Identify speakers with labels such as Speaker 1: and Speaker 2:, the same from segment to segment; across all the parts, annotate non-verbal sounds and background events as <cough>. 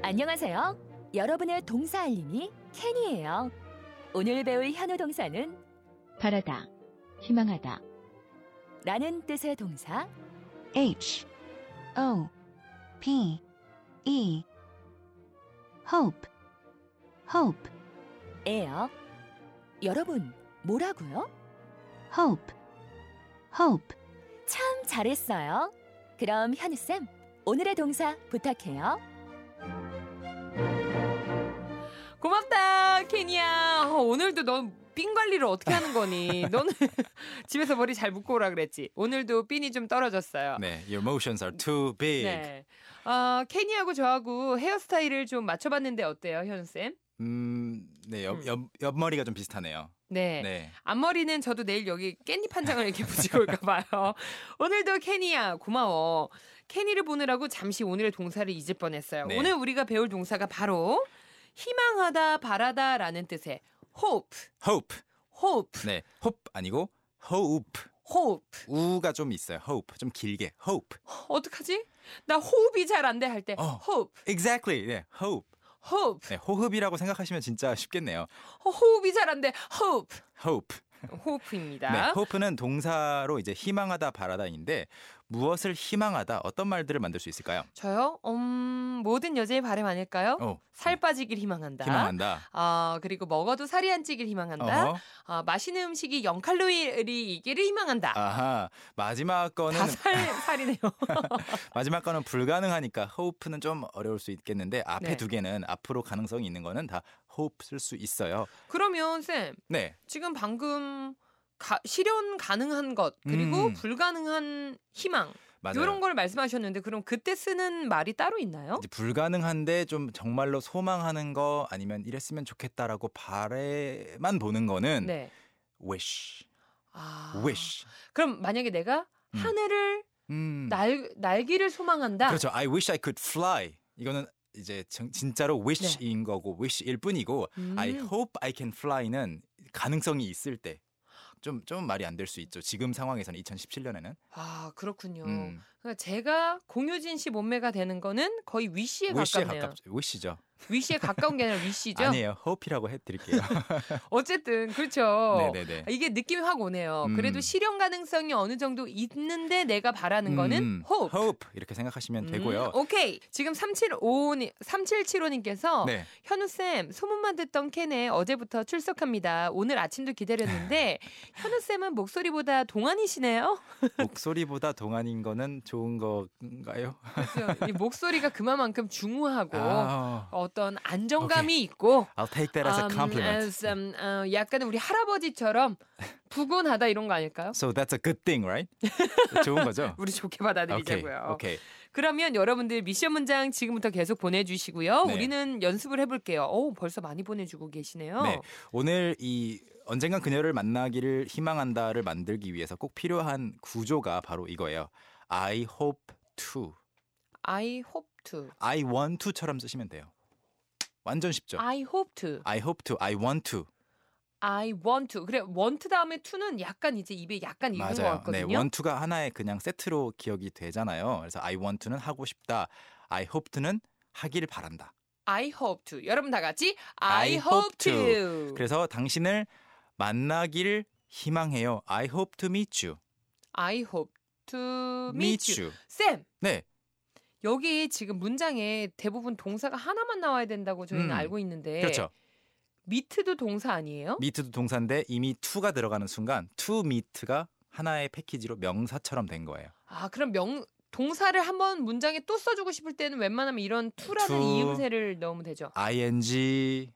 Speaker 1: 안녕하세요. 여러분의 동사 알림이 캔이에요. 오늘 배울 현우 동사는
Speaker 2: 바라다, 희망하다.
Speaker 1: 라는 뜻의 동사
Speaker 2: H O P E hope hope
Speaker 1: 예요. 여러분, 뭐라고요?
Speaker 2: hope hope
Speaker 1: 참 잘했어요. 그럼 현우쌤, 오늘의 동사 부탁해요.
Speaker 3: 고맙다, 케니야. 어, 오늘도 넌 삔 관리를 어떻게 하는 거니?
Speaker 4: <laughs>
Speaker 3: 너는 <laughs> 집에서 머리 잘 묶고 오라 그랬지. 오늘도 삔이 좀 떨어졌어요.
Speaker 4: 네, your emotions are too big.
Speaker 3: 아. 네. 어, 케니하고 저하고 헤어스타일을 좀 맞춰봤는데 어때요, 현우쌤?
Speaker 4: 음, 네, 옆, 옆, 옆머리가 좀 비슷하네요.
Speaker 3: 네.
Speaker 4: 네.
Speaker 3: 앞머리는 저도 내일 여기 깻잎 한 장을 이렇게 <laughs> 붙이고 올까 봐요. 오늘도 케니야 고마워. 케니를 보느라고 잠시 오늘의 동사를 잊을 뻔했어요.
Speaker 4: 네.
Speaker 3: 오늘 우리가 배울 동사가 바로 희망하다, 바라다라는 뜻의 hope,
Speaker 4: hope.
Speaker 3: hope,
Speaker 4: 네, hope 아니고 hope.
Speaker 3: hope.
Speaker 4: 우가 좀 있어요. hope. 좀 길게 hope.
Speaker 3: 어떡하지? 나 호흡이 잘 안 돼 할 때
Speaker 4: 어.
Speaker 3: hope,
Speaker 4: exactly. 네, hope.
Speaker 3: hope.
Speaker 4: 네, 호흡이라고 생각하시면 진짜 쉽겠네요.
Speaker 3: 어, 호흡이 잘 안 돼
Speaker 4: <laughs>
Speaker 3: hope,
Speaker 4: hope.
Speaker 3: 호흡입니다.
Speaker 4: 네, hope는 동사로 이제 희망하다 바라다인데 무엇을 희망하다 어떤 말들을 만들 수 있을까요?
Speaker 3: 저요? 음, 모든 여자의 바람 아닐까요?
Speaker 4: 어,
Speaker 3: 살 빠지길 희망한다.
Speaker 4: 희망한다.
Speaker 3: 아, 그리고 먹어도 살이 안 찌길 희망한다.
Speaker 4: 어허.
Speaker 3: 아, 맛있는 음식이 0칼로리이기를 희망한다.
Speaker 4: 아하. 마지막 거는
Speaker 3: 다 살 살이네요. <laughs>
Speaker 4: 마지막 거는 불가능하니까 hope는 좀 어려울 수 있겠는데 앞에
Speaker 3: 네.
Speaker 4: 두 개는 앞으로 가능성이 있는 거는 다 hope 쓸 수 있어요.
Speaker 3: 그러면 쌤,
Speaker 4: 네.
Speaker 3: 지금 방금 가- 실현 가능한 것 그리고
Speaker 4: 음.
Speaker 3: 불가능한 희망
Speaker 4: 맞아요.
Speaker 3: 이런 걸 말씀하셨는데 그럼 그때 쓰는 말이 따로 있나요?
Speaker 4: 이제 불가능한데 좀 정말로 소망하는 거 아니면 이랬으면 좋겠다라고 바래만 보는 거는
Speaker 3: 네.
Speaker 4: wish,
Speaker 3: 아.
Speaker 4: wish.
Speaker 3: 그럼 만약에 내가
Speaker 4: 음.
Speaker 3: 하늘을
Speaker 4: 음.
Speaker 3: 날 날기를 소망한다.
Speaker 4: 그렇죠. I wish I could fly. 이거는 이제 정- 진짜로 wish인 거고 wish일 뿐이고
Speaker 3: 네. 음.
Speaker 4: I hope I can fly는 가능성이 있을 때. 좀, 좀 말이 안 될 수 있죠. 지금 상황에서는 2017년에는.
Speaker 3: 아 그렇군요.
Speaker 4: 음.
Speaker 3: 그러니까 제가 공효진 씨 몸매가 되는 거는 거의 위시에
Speaker 4: 위시에
Speaker 3: 가깝네요.
Speaker 4: 가깝죠. 위시죠.
Speaker 3: 위시에 가까운 게 아니라 위시죠.
Speaker 4: 아니에요. 호피라고 해드릴게요.
Speaker 3: <laughs> 어쨌든 그렇죠.
Speaker 4: 네네네.
Speaker 3: 이게 느낌이 확 오네요.
Speaker 4: 음.
Speaker 3: 그래도 실현 가능성이 어느 정도 있는데 내가 바라는 거는
Speaker 4: 음,
Speaker 3: hope.
Speaker 4: hope 이렇게 생각하시면
Speaker 3: 뭐 음,
Speaker 4: 되고요.
Speaker 3: 오케이. 지금 3755님, 3775님께서
Speaker 4: 네.
Speaker 3: 현우쌤, 소문만 듣던 캔에 어제부터 출석합니다. 오늘 아침도 기다렸는데, 현우쌤은 목소리보다 동안이시네요?
Speaker 4: 목소리보다 동안인 거는 좋은 건가요?
Speaker 3: 그래서 이 목소리가 그만큼 중후하고
Speaker 4: 아,
Speaker 3: 어떤 안정감이 있고,
Speaker 4: I'll take that as a
Speaker 3: 음,
Speaker 4: compliment.
Speaker 3: as, um, 어, 약간 우리 할아버지처럼 부근하다 이런 거 아닐까요?
Speaker 4: So that's a good thing,
Speaker 3: <laughs>
Speaker 4: right? 좋은 거죠?
Speaker 3: 우리 좋게
Speaker 4: 오케이.
Speaker 3: 받아들이자고요.
Speaker 4: 오케이.
Speaker 3: 그러면 여러분들 미션 문장 지금부터 계속 보내주시고요.
Speaker 4: 네.
Speaker 3: 우리는 연습을 해볼게요. 오, 벌써 많이 보내주고 계시네요.
Speaker 4: 네. 오늘 이 언젠간 그녀를 만나기를 희망한다를 만들기 위해서 꼭 필요한 구조가 바로 이거예요. I hope to.
Speaker 3: I hope to.
Speaker 4: I want to처럼 쓰시면 돼요. 완전 쉽죠.
Speaker 3: I hope to.
Speaker 4: I hope to. I want to.
Speaker 3: I want to. 그래, want 다음에 to는 약간 이제 입에 약간 익은 것
Speaker 4: 맞아요. 네,
Speaker 3: 같거든요.
Speaker 4: 원투가 하나의 그냥 세트로 기억이 되잖아요. 그래서 I want to는 하고 싶다. I hope to는 하길 바란다.
Speaker 3: I hope to. 여러분 다 같이 I,
Speaker 4: I
Speaker 3: hope
Speaker 4: hope
Speaker 3: to.
Speaker 4: to. 그래서 당신을 만나길 희망해요. I hope to meet you.
Speaker 3: I hope to meet you. 쌤,
Speaker 4: 네.
Speaker 3: 여기 지금 문장에 대부분 동사가 하나만 나와야 된다고 저희는
Speaker 4: 음,
Speaker 3: 알고 있는데
Speaker 4: 그렇죠.
Speaker 3: meet도 동사 아니에요?
Speaker 4: meet도 동사인데 이미 to가 들어가는 순간 to meet가 하나의 패키지로 명사처럼 된 거예요.
Speaker 3: 아 그럼 명 동사를 한번 문장에 또 써주고 싶을 때는 웬만하면 이런 to라는
Speaker 4: to.
Speaker 3: 이음새를 넣으면 되죠.
Speaker 4: ing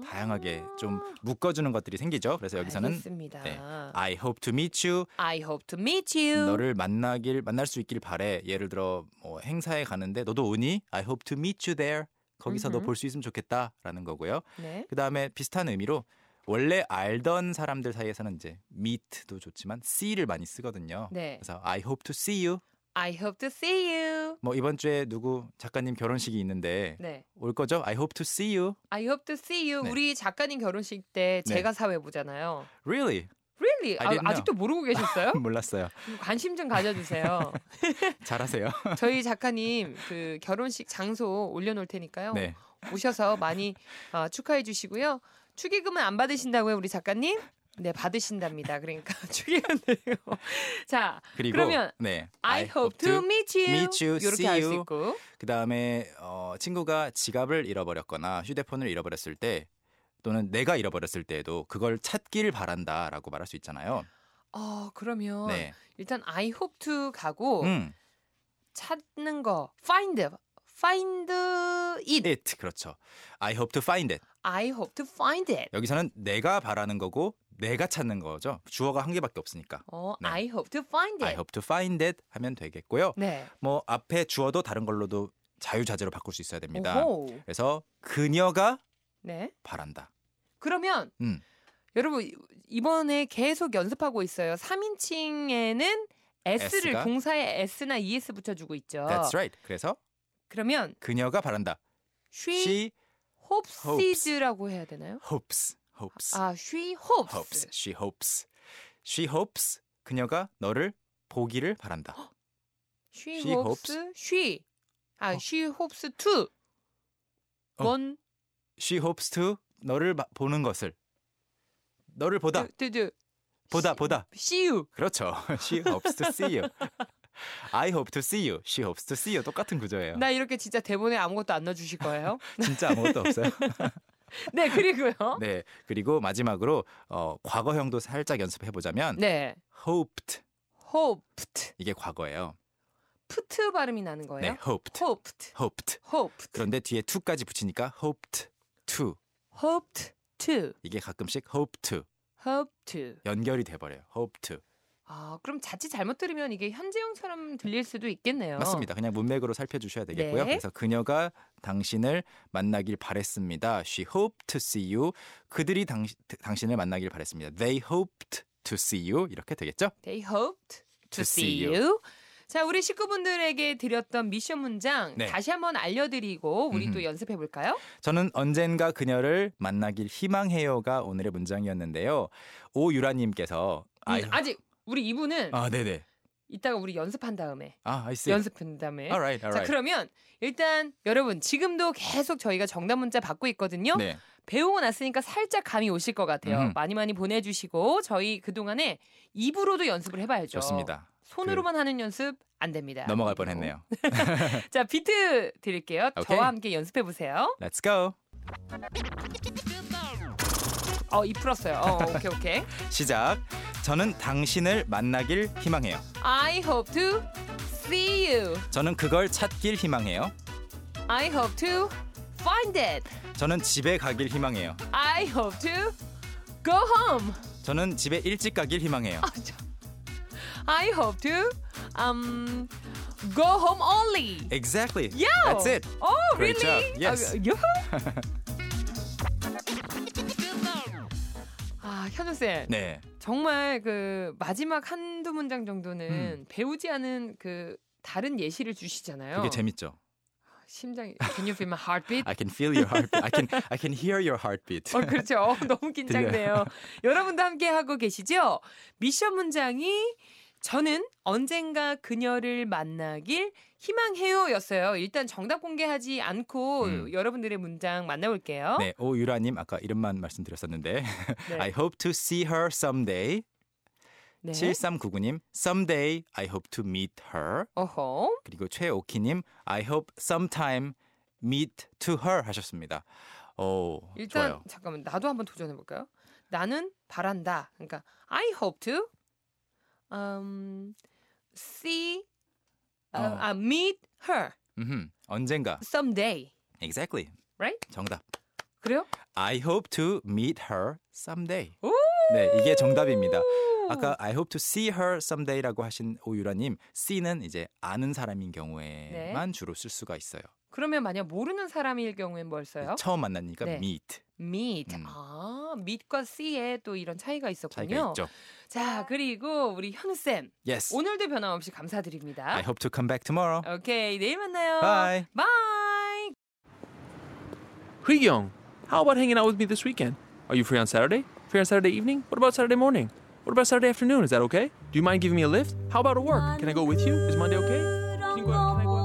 Speaker 3: 아.
Speaker 4: 다양하게 좀 묶어 주는 것들이 생기죠. 그래서 여기서는
Speaker 3: 알겠습니다.
Speaker 4: 네. I hope to meet you.
Speaker 3: I hope to meet you.
Speaker 4: 너를 만나길 만날 수 있길 바래. 예를 들어 뭐 행사에 가는데 너도 오니? I hope to meet you there. 거기서 너
Speaker 3: 음흠.
Speaker 4: 볼 수 있으면 좋겠다라는 거고요.
Speaker 3: 네.
Speaker 4: 그다음에 비슷한 의미로 원래 알던 사람들 사이에서는 이제 meet도 좋지만 see를 많이 쓰거든요.
Speaker 3: 네.
Speaker 4: 그래서 I hope to see you.
Speaker 3: I hope to see you.
Speaker 4: 뭐 이번 주에 누구 작가님 결혼식이 있는데
Speaker 3: 네.
Speaker 4: 올 거죠? I hope to see you.
Speaker 3: I hope to see you.
Speaker 4: 네.
Speaker 3: 우리 작가님 결혼식 때
Speaker 4: 네.
Speaker 3: 제가 사회 보잖아요.
Speaker 4: Really?
Speaker 3: Really?
Speaker 4: I didn't
Speaker 3: 아, 아직도 모르고 계셨어요?
Speaker 4: <laughs> 몰랐어요.
Speaker 3: 관심 좀 가져주세요.
Speaker 4: 잘하세요.
Speaker 3: 저희 작가님 그 결혼식 장소 올려놓을 테니까요.
Speaker 4: 네.
Speaker 3: 오셔서 많이 어, 축하해 주시고요. 축의금은 안 받으신다고요, 우리 작가님? 네, 받으신답니다. 그러니까 <laughs> 축의금 드리고. 자,
Speaker 4: 그리고
Speaker 3: 그러면
Speaker 4: 네.
Speaker 3: I, hope to meet you.
Speaker 4: meet you,
Speaker 3: 이렇게
Speaker 4: see
Speaker 3: 할 수
Speaker 4: you.
Speaker 3: 있고.
Speaker 4: 그다음에 어, 친구가 지갑을 잃어버렸거나 휴대폰을 잃어버렸을 때 또는 내가 잃어버렸을 때에도 그걸 찾길 바란다라고 말할 수 있잖아요.
Speaker 3: 어, 그러면
Speaker 4: 네.
Speaker 3: 일단 I hope to 가고
Speaker 4: 음.
Speaker 3: 찾는 거 find find it.
Speaker 4: it 그렇죠. I hope to find it.
Speaker 3: I hope to find it.
Speaker 4: 여기서는 내가 바라는 거고 내가 찾는 거죠. 주어가 한 개밖에 없으니까.
Speaker 3: 어,
Speaker 4: 네.
Speaker 3: I hope to find it.
Speaker 4: I hope to find it 하면 되겠고요.
Speaker 3: 네.
Speaker 4: 뭐 앞에 주어도 다른 걸로도 자유자재로 바꿀 수 있어야 됩니다.
Speaker 3: 오호.
Speaker 4: 그래서 그녀가
Speaker 3: 네.
Speaker 4: 바란다.
Speaker 3: 그러면
Speaker 4: 음.
Speaker 3: 여러분 이번에 계속 연습하고 있어요. 3인칭에는 S를
Speaker 4: S가?
Speaker 3: 동사에 S나 ES 붙여주고 있죠.
Speaker 4: That's right. 그래서
Speaker 3: 그러면
Speaker 4: 그녀가 바란다.
Speaker 3: she,
Speaker 4: She
Speaker 3: hopes라고 해야 되나요?
Speaker 4: hopes. hopes.
Speaker 3: 아, she hopes.
Speaker 4: hopes. she hopes. she hopes 그녀가 너를 보기를 바란다.
Speaker 3: She,
Speaker 4: She
Speaker 3: hopes, she. 아,
Speaker 4: 어.
Speaker 3: she hopes to.
Speaker 4: 어.
Speaker 3: 원,
Speaker 4: she hopes to 너를 마- 보는 것을 너를 보다
Speaker 3: 두, 두, 두.
Speaker 4: 보다
Speaker 3: she-
Speaker 4: 보다
Speaker 3: See you.
Speaker 4: 그렇죠. <laughs> She hopes to see you. I hope to see you. She hopes to see you. 똑같은 구조예요.
Speaker 3: 나 이렇게 진짜 대본에 아무것도 안 넣어주실
Speaker 4: <laughs>
Speaker 3: 거예요?
Speaker 4: 진짜 아무것도
Speaker 3: <laughs>
Speaker 4: 없어요.
Speaker 3: 네, 그리고요.
Speaker 4: 네. 그리고 마지막으로 어, 과거형도 살짝 연습해 보자면
Speaker 3: 네.
Speaker 4: hoped
Speaker 3: hoped.
Speaker 4: 이게 과거예요.
Speaker 3: put 발음이 나는
Speaker 4: 네,
Speaker 3: 거예요?
Speaker 4: hoped.
Speaker 3: hoped.
Speaker 4: hoped.
Speaker 3: hoped.
Speaker 4: 그런데 뒤에 to까지 붙이니까 hoped to
Speaker 3: hoped to.
Speaker 4: 이게 가끔씩 hope to
Speaker 3: hope to.
Speaker 4: 연결이 돼 버려요. hope to.
Speaker 3: 아, 그럼 자칫 잘못 들으면 이게 현재형처럼 들릴 수도 있겠네요.
Speaker 4: 맞습니다. 그냥 문맥으로 살펴주셔야 되겠고요.
Speaker 3: 네.
Speaker 4: 그래서 그녀가 당신을 만나길 바랬습니다. She hoped to see you. 그들이 당, 당신을 만나길 바랬습니다. They hoped to see you. 이렇게 되겠죠?
Speaker 3: They hoped to,
Speaker 4: To
Speaker 3: see
Speaker 4: see
Speaker 3: you. 자, 우리 식구분들에게 드렸던 미션 문장
Speaker 4: 네.
Speaker 3: 다시 한번 알려드리고 우리 또
Speaker 4: 음흠.
Speaker 3: 연습해 볼까요?
Speaker 4: 저는 언젠가 그녀를 만나길 희망해요가 오늘의 문장이었는데요. 오유라님께서 I hope-
Speaker 3: 음, 아직 네. 우리 이분은
Speaker 4: 아 네네
Speaker 3: 이따가 우리 연습한 다음에
Speaker 4: 아 I see.
Speaker 3: 연습한 다음에.
Speaker 4: Alright,
Speaker 3: 자,
Speaker 4: alright.
Speaker 3: 그러면 일단 여러분 지금도 계속 저희가 정답 문자 받고 있거든요.
Speaker 4: 네.
Speaker 3: 배우고 났으니까 살짝 감이 오실 것 같아요.
Speaker 4: 음.
Speaker 3: 많이 많이 보내주시고 저희 그 동안에 입으로도 연습을 해봐야죠.
Speaker 4: 좋습니다.
Speaker 3: 손으로만 하는 연습 안 됩니다.
Speaker 4: 넘어갈 뻔했네요.
Speaker 3: 자 비트 드릴게요.
Speaker 4: 오케이.
Speaker 3: 저와 함께 연습해 보세요.
Speaker 4: Let's go.
Speaker 3: 어이 풀었어요. 어, 오케이 오케이.
Speaker 4: 시작. 저는 당신을 만나길 희망해요.
Speaker 3: I hope to see you.
Speaker 4: 저는 그걸 찾길 희망해요.
Speaker 3: I hope to find it.
Speaker 4: 저는 집에 가길 희망해요.
Speaker 3: I hope to go home.
Speaker 4: 저는 집에 일찍 가길 희망해요.
Speaker 3: 아, 저- I hope to um go home only.
Speaker 4: Exactly.
Speaker 3: Yo!
Speaker 4: That's it.
Speaker 3: Oh,
Speaker 4: Great
Speaker 3: really?
Speaker 4: job. Yes.
Speaker 3: <laughs> 아, yo. 아, 현우 쌤.
Speaker 4: 네.
Speaker 3: 정말 그 마지막 한두 문장 정도는
Speaker 4: 음.
Speaker 3: 배우지 않은 그 다른 예시를 주시잖아요.
Speaker 4: 그게 재밌죠.
Speaker 3: 심장이 Can you feel my heartbeat?
Speaker 4: I can feel your heartbeat. I can I can hear your heartbeat.
Speaker 3: <laughs> 어, 그렇죠. 어, 너무 긴장돼요. 여러분도 함께 하고 계시죠? 미션 문장이 저는 언젠가 그녀를 만나길 희망해요였어요. 일단 정답 공개하지 않고
Speaker 4: 음.
Speaker 3: 여러분들의 문장 만나볼게요.
Speaker 4: 네, 오유라 님 아까 이름만
Speaker 3: 네.
Speaker 4: 말씀드렸었는데 <laughs> I hope to see her someday.
Speaker 3: 네.
Speaker 4: 7399님 someday I hope to meet her.
Speaker 3: 어허.
Speaker 4: 그리고 최오키 님 I hope sometime meet to her 하셨습니다. 오,
Speaker 3: 일단
Speaker 4: 좋아요.
Speaker 3: 잠깐만 나도 한번 도전해 볼까요? 나는 바란다. 그러니까 I hope to um, see uh,
Speaker 4: 어.
Speaker 3: uh, meet her
Speaker 4: 음흠. 언젠가.
Speaker 3: someday.
Speaker 4: Exactly.
Speaker 3: Right?
Speaker 4: 정답.
Speaker 3: 그래요?
Speaker 4: I hope to meet her someday.
Speaker 3: 오!
Speaker 4: 네, 이게 정답입니다. 아까 I hope to see her someday라고 하신 오유라님, see는 이제 아는 사람인
Speaker 3: 네.
Speaker 4: 경우에만 주로 쓸 수가 있어요.
Speaker 3: 그러면 만약 모르는 사람일 경우엔 뭘 써요?
Speaker 4: 처음 만나니까
Speaker 3: 네.
Speaker 4: meet
Speaker 3: meet.
Speaker 4: 음.
Speaker 3: 아, meet과 see에 또 이런 차이가 있었군요.
Speaker 4: 차이가 있죠.
Speaker 3: 자, 그리고 우리 현우 쌤
Speaker 4: Yes,
Speaker 3: 오늘도 변함없이 감사드립니다.
Speaker 4: I hope to come back tomorrow.
Speaker 3: 오케이, 내일 만나요.
Speaker 4: Bye.
Speaker 3: Bye.
Speaker 5: Young, how about hanging out with me this weekend? Are you free on Saturday? Free on Saturday evening? What about Saturday morning? What about Saturday afternoon? Is that okay? Do you mind giving me a lift? How about a work? Can I go with you? Is Monday okay? Can you go out? Can I go out?